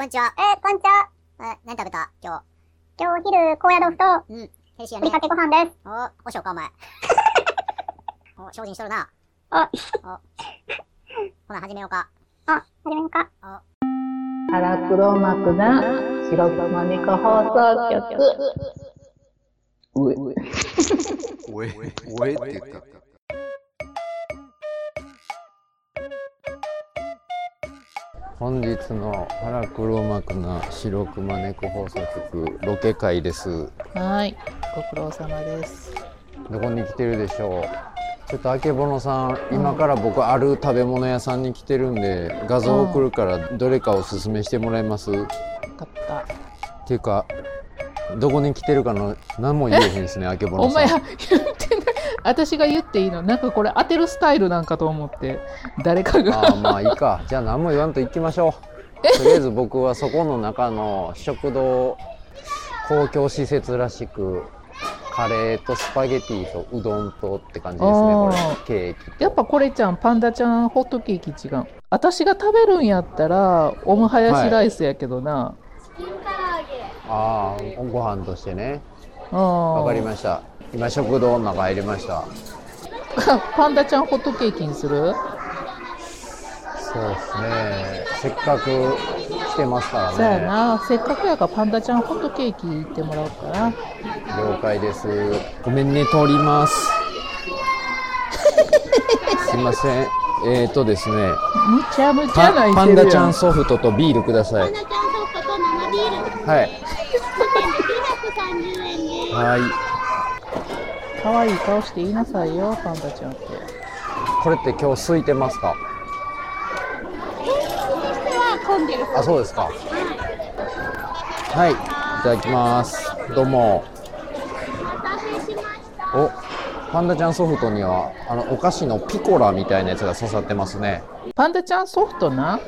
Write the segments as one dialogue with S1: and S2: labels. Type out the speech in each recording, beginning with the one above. S1: んにちは。
S2: えー、こんにちは。
S1: え、何食べた今
S2: 今日お昼、高野豆腐と、
S1: 日。ヘルシー
S2: ふ
S1: や
S2: りか。
S1: ね
S2: けご飯です。
S1: お、保証か、お前。お、精進しとるな。
S2: あ
S1: お。ほな、始めようか。
S2: あ、始めようか。
S3: 腹黒幕な白熊猫放送局。うえ
S4: おえ、おえって言った。
S5: 本日の腹黒幕な白熊猫放送局ロケ会です
S6: はい、ご苦労様です。
S5: どこに来てるでしょうちょっとあけぼのさん今から僕ある食べ物屋さんに来てるんで画像送るからどれかおすすめしてもらえます、っ
S6: よかった。
S5: ていうかどこに来てるかの何も言えへんしねあけぼ
S6: お
S5: のさ
S6: 前
S5: ん
S6: 言ってない。私が言っていいの。なんかこれ当てるスタイルなんかと思って、誰かが。
S5: ああまあいいかじゃあ何も言わんと行きましょうとりあえず僕はそこの中の食堂公共施設らしくカレーとスパゲティとうどんとって感じですねこ
S6: あー
S5: れケーキ
S6: やっぱこれちゃん、パンダちゃん、ホットケーキ違う。私が食べるんやったら、オムハヤシライスやけどな。
S5: ああご飯としてね
S6: わ
S5: わかりました今食堂の中入りました
S6: す。 パンダちゃん、ホットケーキにする
S5: そうですねせっかく来てますか
S6: そうや
S5: らね
S6: な。せっかくやからパンダちゃん、ホットケーキ行ってもらおうかな。
S5: 了解ですごめんね通り ますすいませんえーとですね
S6: むちゃむち
S5: パ
S6: ゃ泣い
S5: ンパ
S6: て
S5: ン
S6: るや
S5: ダ
S6: ん。
S5: ちゃんソフトとビールください。
S7: ちゃんソフトと生ビール
S5: はい。
S7: 230円で
S5: はい。
S6: 可愛い顔して言いなさいよ、パンダちゃんって。
S5: これって今日空いてますか。あ、そうですか。はい。いただきます。どうも。お、パンダちゃんソフトにはあのお菓子のピコラみたいなやつが刺さってますね。
S6: パンダちゃんソフトな。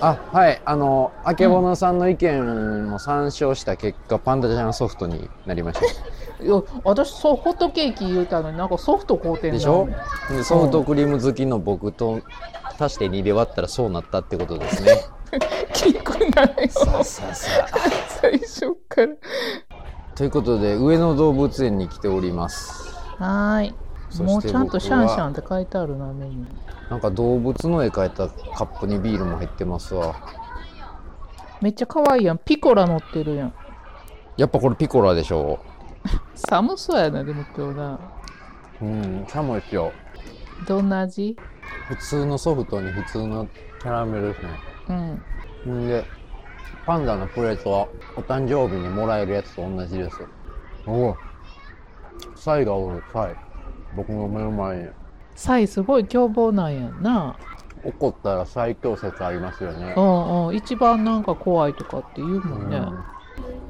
S5: あ、はい。あのあけぼのさんの意見も参照した結果、パンダちゃんソフトになりました。
S6: いや私そうホットケーキ言うたのになんかソフト買うてんだ
S5: でし ょでソフトクリーム好きの僕と足して2で割ったらそうなったってことですね
S6: 聞くない
S5: さ
S6: よ
S5: あさあさ
S6: 最初から
S5: あということで上野動物園に来ております
S6: はーい
S5: そして
S6: もうちゃんとシャンシャン
S5: 僕
S6: って
S5: は
S6: 書いてあるなメニューに
S5: なんか動物の絵描いたカップにビールも入ってますわ
S6: めっちゃ可愛いやんピコラ乗ってるやん
S5: やっぱこれピコラでしょ
S6: 寒そうやなでも今日な
S5: うん寒いっすよ
S6: どんな味
S5: 普通のソフトに普通のキャラメルです
S6: うん
S5: ねんでパンダのプレートはお誕生日にもらえるやつと同じですおおサイがおるサイ僕の目の前に
S6: サイすごい凶暴なんやんな
S5: 怒ったら最強説ありますよね
S6: う。んうん一番なんか怖いとかって言うもんね、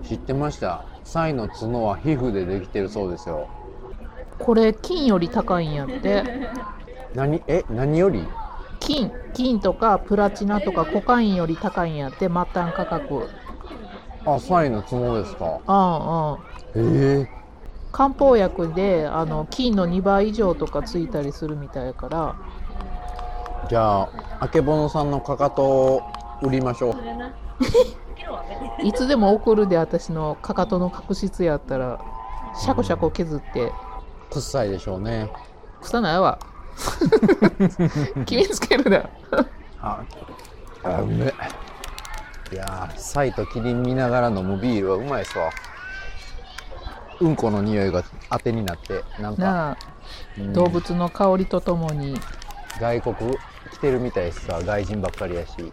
S5: 知ってました。サイの角は皮膚でできてるそうですよ。
S6: これ金より高いんやって
S5: 何え何より？
S6: 金金とかプラチナとかコカインより高いんやって末端価格
S5: あサイの角ですか。
S6: うんうん
S5: ええ
S6: 漢方薬であの金の2倍以上とかついたりするみたいやから
S5: じゃああけぼのさんのかかとを売りましょう。
S6: いつでも送るで私のかかとの角質やったらシャコシャコ削って
S5: 臭いでしょうね。
S6: 草ない わ決めつけるな
S5: ああうめ。いやーサイとキリン見ながら飲むビールはうまいっすわ。うんこの匂いが当てになってなんか、
S6: なあ
S5: うん
S6: 動物の香りとともに
S5: 外国来てるみたいっすわ外人ばっかりやし。
S6: うん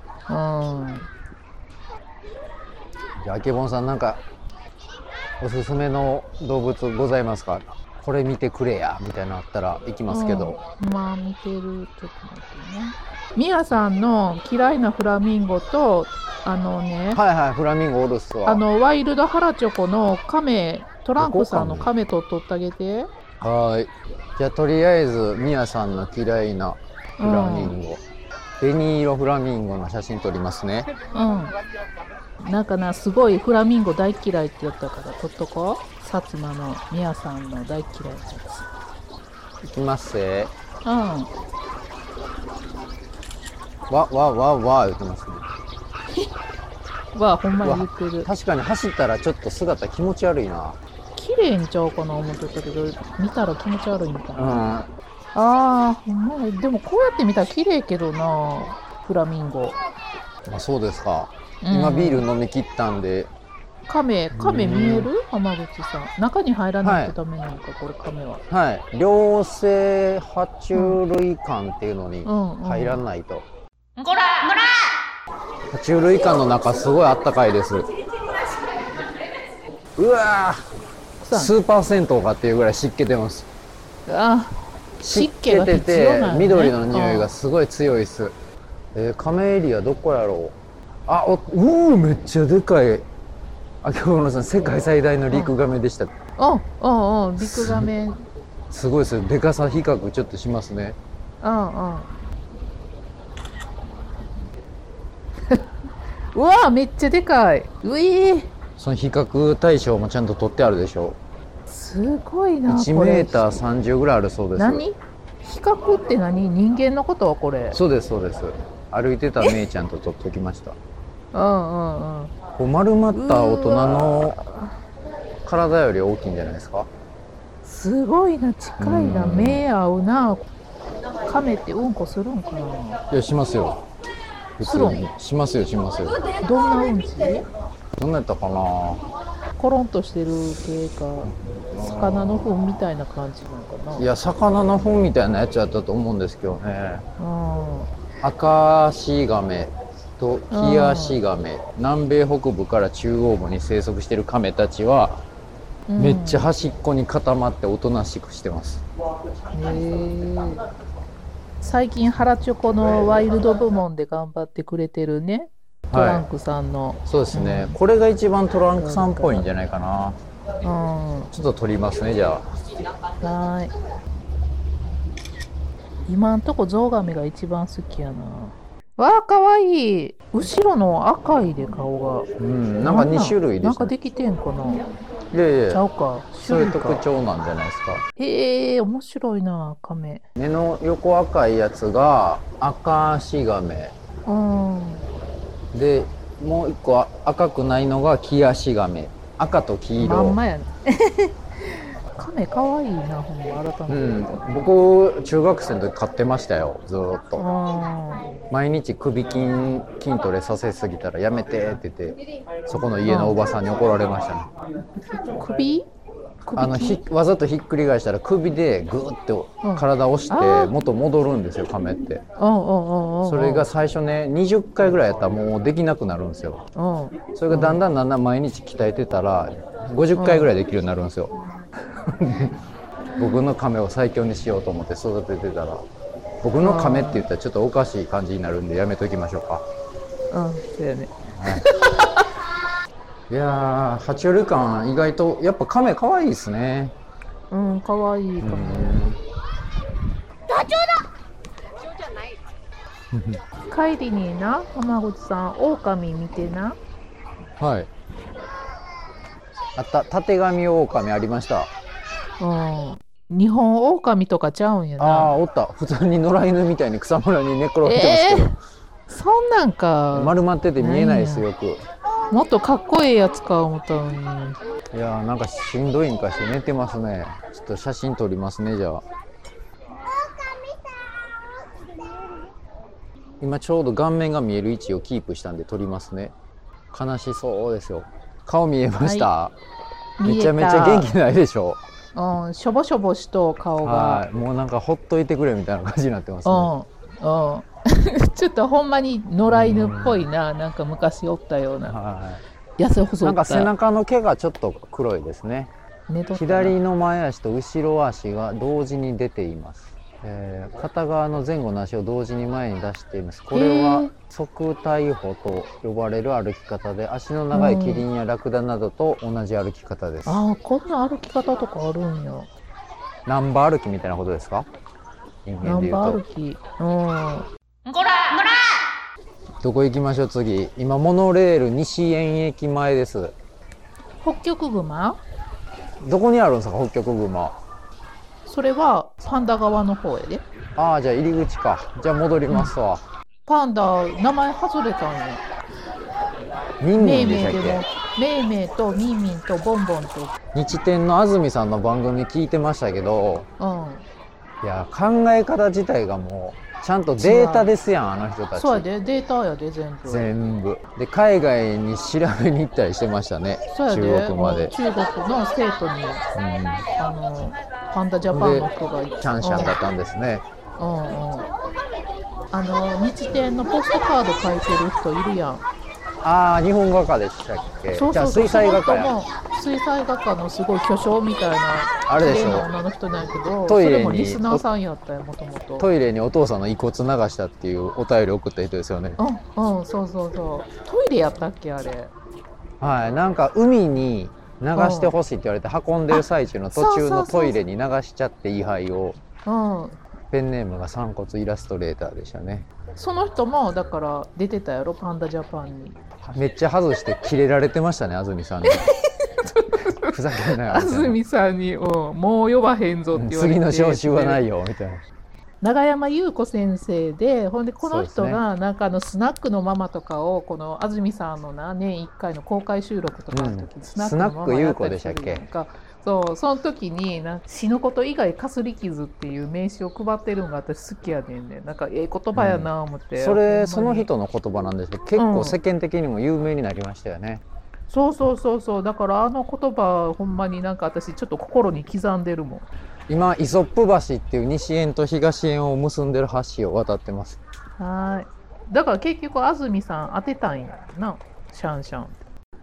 S5: じゃあ、あけぼんさん、なんか、おすすめの動物ございますかこれ見てくれや、みたいなのあったら行きますけど。
S6: うんまあ見てるちょっと待ってねミヤさんの嫌いなフラミンゴとあのね
S5: はいはい、フラミンゴおるっすわ。
S6: あのワイルドハラチョコのカメトランクさんの
S5: どこ
S6: カメ取っとってあげて
S5: はーい。じゃあ、とりあえず、みやさんの嫌いなフラミンゴ。紅色フラミンゴの写真撮りますね。
S6: うん。なんかな、すごいフラミンゴ大嫌いって言ったから、取っとこう。薩摩のミヤさんの大嫌いなや
S5: いきますせ
S6: つ。うん。
S5: わ、わ、わ、わ、言ってますね。
S6: はほんまに言ってる
S5: 確かに走ったらちょっと姿気持ち悪いな。
S6: 綺麗にちゃうかな思ってたけど見たら気持ち悪いんか
S5: う。
S6: なんあーほんまやでもこうやって見たら綺麗けどなフラミンゴ、
S5: まあ、そうですか。
S6: うん
S5: 今ビール飲み切ったんで、
S6: カメカメ
S5: うん
S6: 見える浜口さん中に入らないとダメなのか、これカメは
S5: はい。両性爬虫類館っていうのに
S6: うん、うん、
S5: 入らないと。
S7: こらこら
S5: 爬虫類館の中すごいあったかいです。うわ
S6: そ
S5: ー
S6: う
S5: スーパー銭湯かっていうぐらい湿気てます。
S6: あ湿気が必要
S5: てて
S6: なんやね
S5: 緑の匂いがすごい強いです。えー、亀エリアどこやろうあ、おうーめっちゃでかい。あ、今日のさん、世界最大の陸亀でした。
S6: うんうんうんリクガメうんうん
S5: すごいですよ。でかさ比較ちょっとしますね。
S6: うわめっちゃでかいうえー、
S5: その比較対象もちゃんと取ってあるでしょ
S6: すごいな
S5: 1
S6: こ
S5: メ
S6: れ
S5: ーター30ぐらいあるそうです。
S6: 何比較って何人間のことはこれ
S5: そうです、そうです。歩いてためいちゃんと撮ってきました。
S6: うんうんうん
S5: こう丸まった大人の体より大きいんじゃないですか
S6: すごいな近いな
S5: うん
S6: 目合うなカメってうんこするんかない
S5: やしますよ普通にしますよしますよ
S6: どんなうんち
S5: どんなやったかな
S6: コロンとしてる系か魚の糞みたいな感じなのかない
S5: や魚の糞みたいなやつやったと思うんですけどね
S6: うん
S5: 赤シガメとヒアシガメ南米北部から中央部に生息してるカメたちは
S6: うん
S5: めっちゃ端っこに固まっておとなしくしてます
S6: へえ最近原チョコのワイルド部門で頑張ってくれてるねトラン
S5: は
S6: クさんの、
S5: いそうですね
S6: うん
S5: これが一番トランクさんっぽいんじゃないかな
S6: うんは
S5: ちょっと撮りますねじゃあ
S6: ーい今んとこゾウガメが一番好きやなわあかわいい後ろの赤いで顔が
S5: うんなんか2種類
S6: な
S5: で
S6: ん
S5: す
S6: か
S5: ね
S6: できてんかない
S5: やい
S6: ちゃ
S5: や
S6: うか
S5: そ
S6: 種
S5: ういう
S6: 類
S5: 特
S6: か
S5: 徴なんじゃないですか
S6: へえ面白いなカメ
S5: 目の横赤いやつが赤シガメ
S6: うん
S5: でもう一個あ赤くないのがキアシガメ赤と黄
S6: まん
S5: 色、
S6: まやね カメかわいいなほんま改
S5: う
S6: めて見
S5: ん
S6: たら、
S5: 僕中学生の時買ってましたよずーっと
S6: あ
S5: 毎日首筋筋トレさせすぎたらやめてって言ってそこの家のおばさんに怒られましたね
S6: ー首首
S5: あのひわざとひっくり返したら首でグーって
S6: うん
S5: 体を押して
S6: あー
S5: 元戻るんですよカメって
S6: うんうんうんうん
S5: それが最初ね20回ぐらいやったらもうできなくなるんですよ
S6: うん
S5: それがだんだんだんだん毎日鍛えてたら50回ぐらいできるようになるんですよ、僕の亀を最強にしようと思って育ててたら僕の亀って言ったらちょっとおかしい感じになるんでやめときましょうか
S6: うんそうやね
S5: いやー爬虫類館意外とやっぱ亀可愛いですね
S6: うんかわいいか
S5: う
S6: も、
S5: ん
S6: 帰りにな浜口さん狼見てな
S5: はいあったたてがみオオカミありました
S6: うん日本狼とかちゃうんや
S5: あ
S6: な
S5: あーおった普通に野良犬みたいに草むらに寝転びてますけど、
S6: そんなんか
S5: 丸まってて見えないですよく
S6: もっとかっこええやつか思ったのに
S5: いやーなんかしんどいんかして寝てますねちょっと写真撮りますねじゃあ今ちょうど顔面が見える位置をキープしたんで撮りますね悲しそうですよ顔見えました、めちゃめちゃ元気ないでしょ
S6: 気うんしょぼしょぼしと顔
S5: は
S6: が
S5: いもうなんかほっといてくれみたいな感じになってます
S6: う
S5: ね、
S6: んうん ちょっとほんまに野良犬っぽいな、なんか昔おったような
S5: は
S6: 痩せ
S5: い、
S6: 細
S5: なん
S6: った
S5: か背中の毛がちょっと黒いですね
S6: 寝とったな
S5: 左の前足と後ろ足が同時に出ています、えー片側の前後の足を同時に前に出していますこれ
S6: へ
S5: は
S6: ー
S5: 側体歩と呼ばれる歩き方で足の長いキリンやラクダなどと同じ歩き方です、
S6: ああこんな歩き方とかあるんや
S5: ナンバー歩きみたいなことですか人
S6: ナ
S5: 間で
S6: ン
S5: 言
S6: バー
S5: う
S6: 歩
S5: と
S6: きう
S7: こらこら
S5: どこ行きましょう次今モノレール西園駅前です
S6: ん北極熊
S5: どこにあるんですか北極熊
S6: それはパンダ側の方やで
S5: ああじゃあ入り口かじゃあ戻りますわ、
S6: パンダ名前外れたんや
S5: ミン
S6: め
S5: ミ
S6: い
S5: ンでし
S6: め
S5: た
S6: い
S5: っ
S6: でも
S5: け
S6: めいめいとみんみんとボンボンと
S5: 日天の安住さんの番組聞いてましたけど
S6: う
S5: いや考え方自体がもうちゃんとデータですやんあの人た
S6: ん
S5: ち
S6: そうやでデータやで全部
S5: 全部で海外に調べに行ったりしてましたね
S6: そうや
S5: 中
S6: で
S5: 国ま
S6: うん
S5: で、
S6: 中国の生徒に
S5: うん、
S6: あのパンダジャパンの人がいて
S5: シャンシャンだったんですね
S6: うんうんうんあの日展のポストカード書いてる人いるやん
S5: ああ日本画家でしたっけ
S6: そう
S5: じ
S6: そ
S5: ゃあ
S6: うそう
S5: 水彩画家
S6: その人
S5: や
S6: も水彩画家のすごい巨匠みたいな
S5: あれでしょ
S6: 綺麗な女の人なんやけど
S5: トイレに
S6: それもリスナーさんやったよもともと
S5: トイレにお父さんの遺骨流したっていうお便り送った人ですよね
S6: うんうんそうそうそうトイレやったっけあれ
S5: はいなんか海に流してほしいって言われて運んでる最中の途中
S6: あそうそう
S5: の
S6: そう
S5: トイレに流しちゃって位牌を
S6: うん
S5: ペンネームが散骨イラストレーターでしたね
S6: その人もだから出てたやろパンダジャパンに
S5: めっちゃ外してキレられてましたね安住さんに ふざけんなよ
S6: 安住さんに、うん、もう呼ばへんぞって言われて
S5: 次の招集はないよみたいな
S6: 永山優子先生でほんでこの人
S5: そうです
S6: がなんかあのスナックのママとかをこの安住さんのな年1回の公開収録とかの時、
S5: うん
S6: のママやたりする
S5: スナック優子で
S6: やんかそうその時になんか死ぬこと以外かすり傷っていう名刺を配ってるのが私好きやねんねなんかええ言葉やな思って、
S5: そ
S6: ほんま
S5: れ
S6: に
S5: その人の言葉なんですけど結
S6: うん
S5: 構世間的にも有名になりましたよね、
S6: そうそうそうそうだからあの言葉ほんまになんか私ちょっと心に刻んでるもん
S5: 今イソップ橋っていう西園と東園を結んでる橋を渡ってます
S6: はーいだから結局安住さん当てたんやなシャンシャン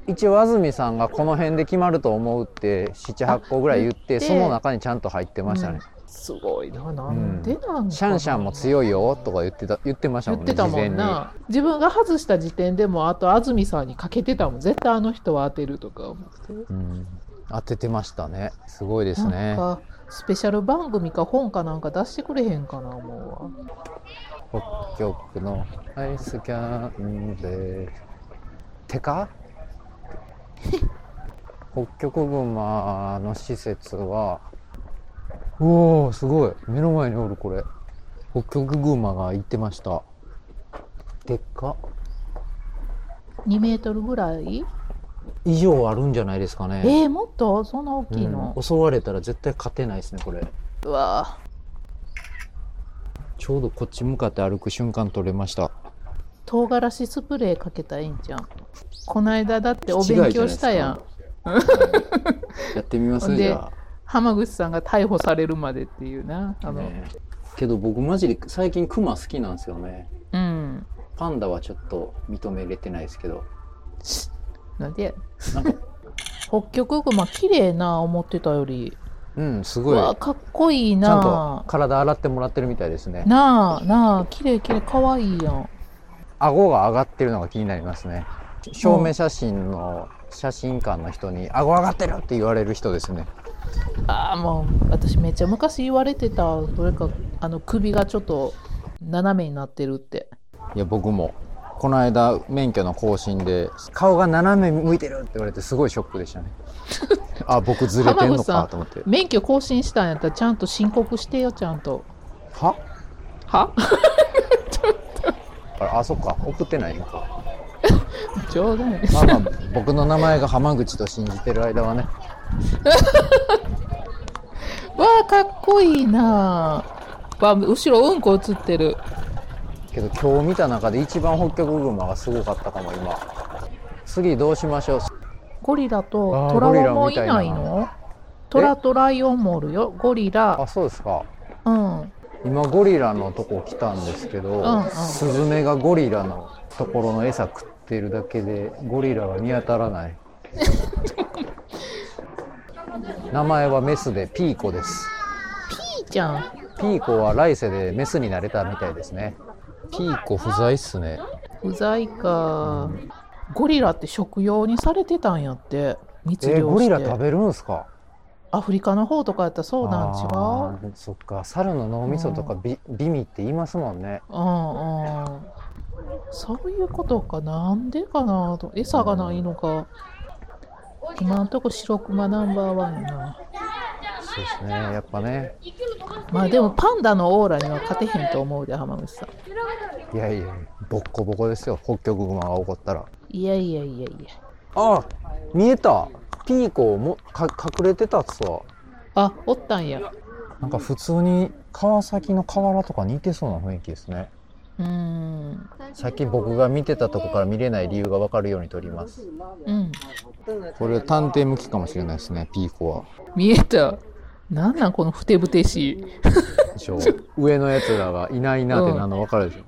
S5: 一応安住さんがこの辺で決まると思うって78個ぐらい言って
S6: あ言って
S5: その中にちゃんと入ってましたね、
S6: すごいな、なんでなんかな
S5: シャンシャンも強いよとか言ってた言ってました
S6: 言っ
S5: もん
S6: て
S5: ね
S6: たもんな自分が外した時点でもあと安住さんにかけてたもん絶対あの人は当てるとか思って、
S5: 事前に、うん、当ててましたねすごいです
S6: なん
S5: ね
S6: かスペシャル番組か本かなんか出してくれへんかなもう
S5: 北極のアイスキャンでて か北極熊の施設はうおーすごい目の前におるこれ北極熊が行ってましたでっか
S6: 2メートルぐらい
S5: 以上あるんじゃないですか
S6: え
S5: ね
S6: ーもっとそんな大きいの
S5: う、ん襲われたら絶対勝てないですねこれ
S6: うわ
S5: ちょうどこっち向かって歩く瞬間撮れました
S6: 唐辛子スプレーかけたらいいんじゃんこないだだってお
S8: 違いじゃない
S6: 勉
S8: ですか
S6: 強したやん
S8: やってみます
S6: ほんで
S8: じゃあ
S6: 浜口さんが逮捕されるまでっていうなあの、
S8: ねけど僕マジで最近クマ好きなんですよね
S6: うん
S8: パンダはちょっと認めれてないですけど
S6: なんで
S8: なんか
S6: 北極熊綺麗な思ってたより
S5: うんす
S6: う
S5: ごい
S6: わかっこいい
S5: ちゃんと
S6: な
S5: 体洗ってもらってるみたいですね
S6: なあなあ綺麗綺麗可愛いやん
S5: 顎が上がってるのが気になりますね証明写真の写真館の人に「顎上がってる!」って言われる人ですね
S6: ああもう私めっちゃ昔言われてたそれかあの首がちょっと斜めになってるって
S5: いや僕もこの間免許の更新で顔が斜め向いてるって言われてすごいショックでしたねあ僕ずれてんのかと思って
S6: 免許更新したんやったらちゃんと申告してよちゃんと
S5: は
S6: は
S5: あれあそっか送ってないのか
S6: 冗談や
S5: まあまあ僕の名前が浜口と信じてる間はね
S6: わあかっこいいなあわあ後ろうんこ映ってる
S5: けど今日見た中で一番北極熊がすごかったかも今次どうしましょう
S6: ゴリラと
S5: あー
S6: トラ
S5: ゴリ
S6: は
S5: ラ
S6: もう
S5: み
S6: い
S5: たいな
S6: ないのトラとライオンもおるよゴリラ
S5: あそうですか
S6: うん
S5: 今ゴリラのとこ来たんですけど、
S6: うんうん
S5: スズメがゴリラのところの餌食ってるだけでゴリラが見当た らない名前はメスでピーコです
S6: いいじゃん
S5: ピーコは来世でメスになれたみたいですねピーコ不在っすね
S6: 不在かゴリラって食用にされてたんやって
S5: え
S6: 密
S5: ー
S6: 漁
S5: ゴ
S6: し
S5: リ
S6: て、
S5: ラ食べるんすか
S6: アフリカの方とかやったらそうなん違う
S5: うそっか猿の脳みそとかビ,、ビミって言いますもんね
S6: うんうんそういうことかなんでかなと餌がないのか今んとこ白クマナンバーワンやな
S5: そうですねやっぱね
S6: まあでもパンダのオーラには勝てへんと思うで浜口さん
S5: いやいやボッコボコですよ北極熊が怒ったら
S6: いやいやいやいや。
S5: あ見えたピーコもか隠れてたっすわ
S6: あ、おったんや。
S5: なんか普通に川崎の河原とかにいてそうな雰囲気ですね
S6: うーん。
S5: さっき僕が見てたとこから見れない理由がわかるように撮ります
S6: うん。
S5: これ探偵向きかもしれないですねピーコは
S6: 見えた。なんなんこのふてぶてしい。
S5: でしょ上のやつらがいないなってなの分かるでし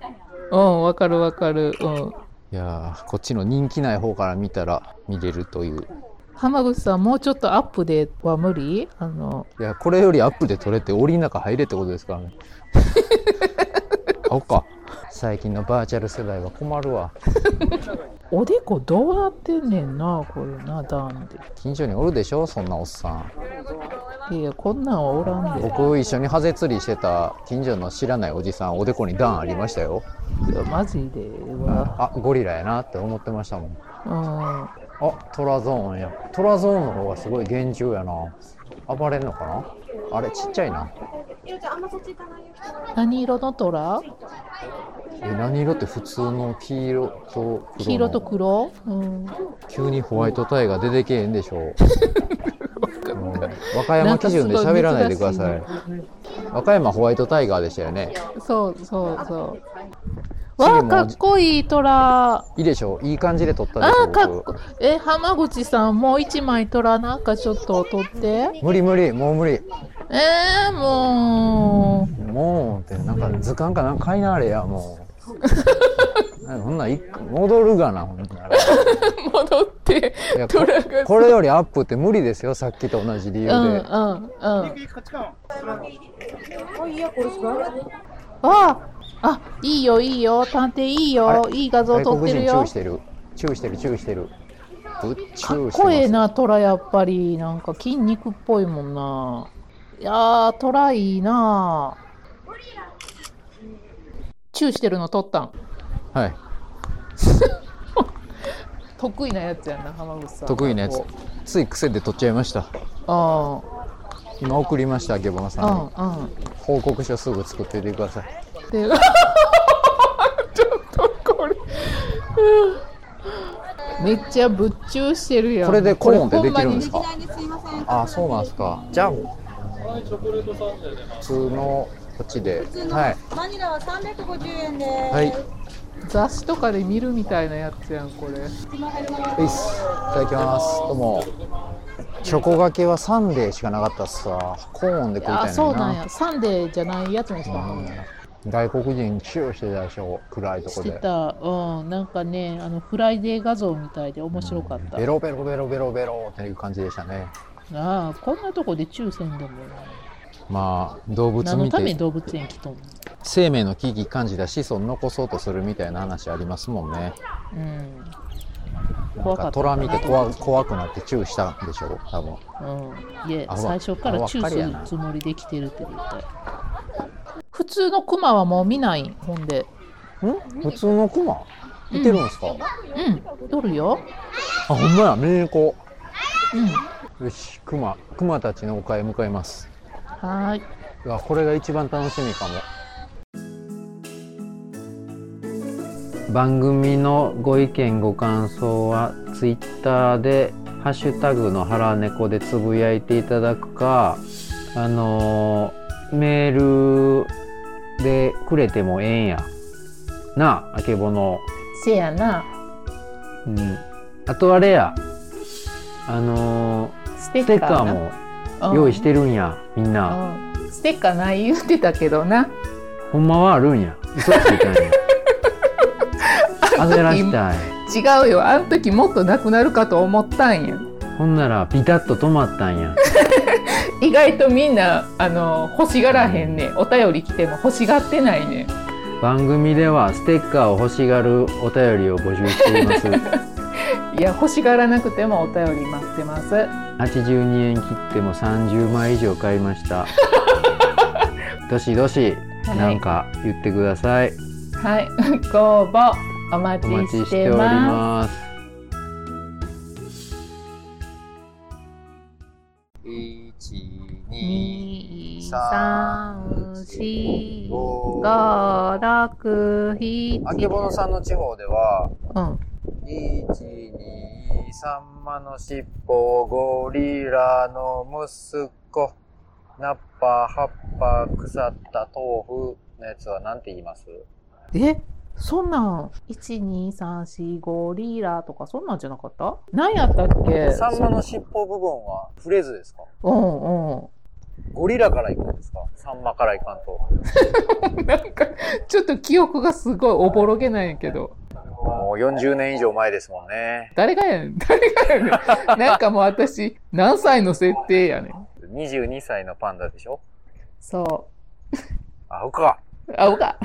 S5: ょ、
S6: うん、わかるわかる。うん。
S5: いやーこっちの人気ない方から見たら見れるという
S6: 浜口さん、もうちょっとアップでは無理あの、
S5: いやこれよりアップで撮れて檻の中入れってことですから ね買おうか最近のバーチャル世代は困るわ
S6: おでこどうなってんねんな、これな、段で。
S5: 近所におるでしょそんなおっさん
S6: いやいや、こんなんはおらんで。
S5: 僕一緒にハゼ釣りしてた近所の知らないおじさんおでこに段ありましたよ
S6: いやマジでは。
S5: あゴリラやなって思ってましたもん
S6: うん。
S5: あトラゾーンやトラゾーンの方がすごい厳重やな暴れんのかなあれちっちゃいな
S6: 何色の虎
S5: え何色って普通の黄色と黒の
S6: 黄色と黒うん。
S5: 急にホワイトタイが出てけえんでしょううん和歌山基準で喋らないでくださ
S6: なん
S5: い和歌山ホワイトタイガーでしたよね
S6: そうそうそう。
S5: 次
S6: わ
S5: も
S6: あ、かっこいい虎。
S5: いいでしょういい感じで撮ったでし
S6: あ
S5: ょ
S6: あ、かっ
S5: 僕
S6: こえ、浜口さん、もう一枚取らなんかちょっと取って。
S5: 無理無理もう無理
S6: えー、も
S5: もうってなんか図鑑かなんか買いなあれやもうなんか そんなん一個戻るがなほんなら
S6: う、戻って
S5: い や、こ
S6: 虎が。
S5: これよりアップって無理ですよさっきと同じ理由
S6: う
S5: で、
S6: ん、うん、うん。ああ、あ、いいよ、いいよ、探偵いい
S5: あ
S6: よ、いい画像
S5: 外
S6: 撮っ
S5: 国
S6: てるよ
S5: 人注意し。てる注意してる注意してるぶっ注意して
S6: かっ
S5: ます
S6: こええな、虎やっぱり。なんか筋肉っぽいもんな。いやー、虎いいな。チューしてるの取ったん。
S5: はい
S6: 得意なやつやな、浜口さん。
S5: 得意なやつ
S6: こう
S5: つい癖で撮っちゃいました
S6: あ
S5: 今送りましたゲボマさんに
S6: あ、うん、うん。
S5: 報告書すぐ作っておいてください
S6: で ちょっとこれめっちゃぶっちゅうしてるやん
S5: これでコーンってできるんですか
S6: こ
S5: あそうなんですかじゃあ普通のこっちではい
S9: マニラは350円で
S5: はい
S6: れほんまに雑誌とかで見るみたいなやつやんこれ
S5: はいっすいただきますどうもチョコがけはサンデーしかなかったっすわコーンで食いたいのにな
S6: あそうなんやサンデーじゃないやつにしたの
S5: うん外国人にチューしてたでしょ暗いとこ
S6: して
S5: で
S6: たうんなんかねあのフライデー画像みたいで面白かった、
S5: ベロベロベロベロベロっていう感じでしたね
S6: ああこんなとこで中線でも
S5: まあ動物
S6: 何の
S5: 見
S6: ため
S5: て
S6: に動物園来とんの
S5: 生命の危機感じた子孫残そうとするみたいな話ありますもんね
S6: うん
S5: なん
S6: 怖か
S5: か
S6: った
S5: 虎見て怖怖くなってチューしたんでしょ多分
S6: うん、いえ
S5: あわ
S6: 最初からチューす
S5: あわか
S6: る
S5: りやな
S6: つもりで来てるって絶対普通のクマはもう見ないほんで
S5: ん普通のクマいてるんですか、あ
S6: うん撮るよ
S5: ほんまやメーコ
S6: うん
S5: よしクマクマたちの丘へ向かいます
S6: はーいう
S5: わこれが一番楽しみかも番組のご意見ご感想はツイッターで「ハッシュタグの腹猫」でつぶやいていただくかあのーメールでくれてもええんやなああけぼの
S6: せやな
S5: うんあとあれやあのー
S6: ス
S5: ステッカーも用意してるんやみんな。
S6: ステッカーない言ってたけどな
S5: ほんまはあるんや。嘘ついたんや。焦らしたい。
S6: 違うよあの時もっとなくなるかと思ったんや
S5: ほんならピタッと止まったんや。
S6: 意外とみんなあの欲しがらへんねお便り来ても欲しがってないね
S5: 番組ではステッカーを欲しがるお便りを募集しています。
S6: いや欲しがらなくてもお便り待ってます
S5: 82円切っても30枚以上買いました。どしどし、なんか言ってください。
S6: はい、 ご応募お待
S5: お
S6: ち
S5: 待ち
S6: し
S5: して
S6: て
S5: おり
S6: ま
S5: ます。
S8: 1、
S6: す。二、三
S8: 三、5
S6: 四、Ah. 五、六、七。
S8: あけぼのさんの地方では
S6: うん、
S8: 意
S5: 123マの尻尾ゴリラの息子ナッパ葉っぱ腐った豆腐のやつはなんて言います
S6: えそんなん12345リーラーとかそんなんじゃなかった何やったっけ
S5: サンマの尻尾部分はフレーズですか
S6: うんうん
S5: ゴリラから行くんですかサンマから行かんと。
S6: なんか、ちょっと記憶がすごいおぼろげなんやけど。
S5: もう40年以上前ですもんね。
S6: 誰がやねん 誰がやねんなんかもう私、何歳の設定やねん。
S5: 22歳のパンダでしょ
S6: そ
S5: あうか。
S6: う。あ、おか。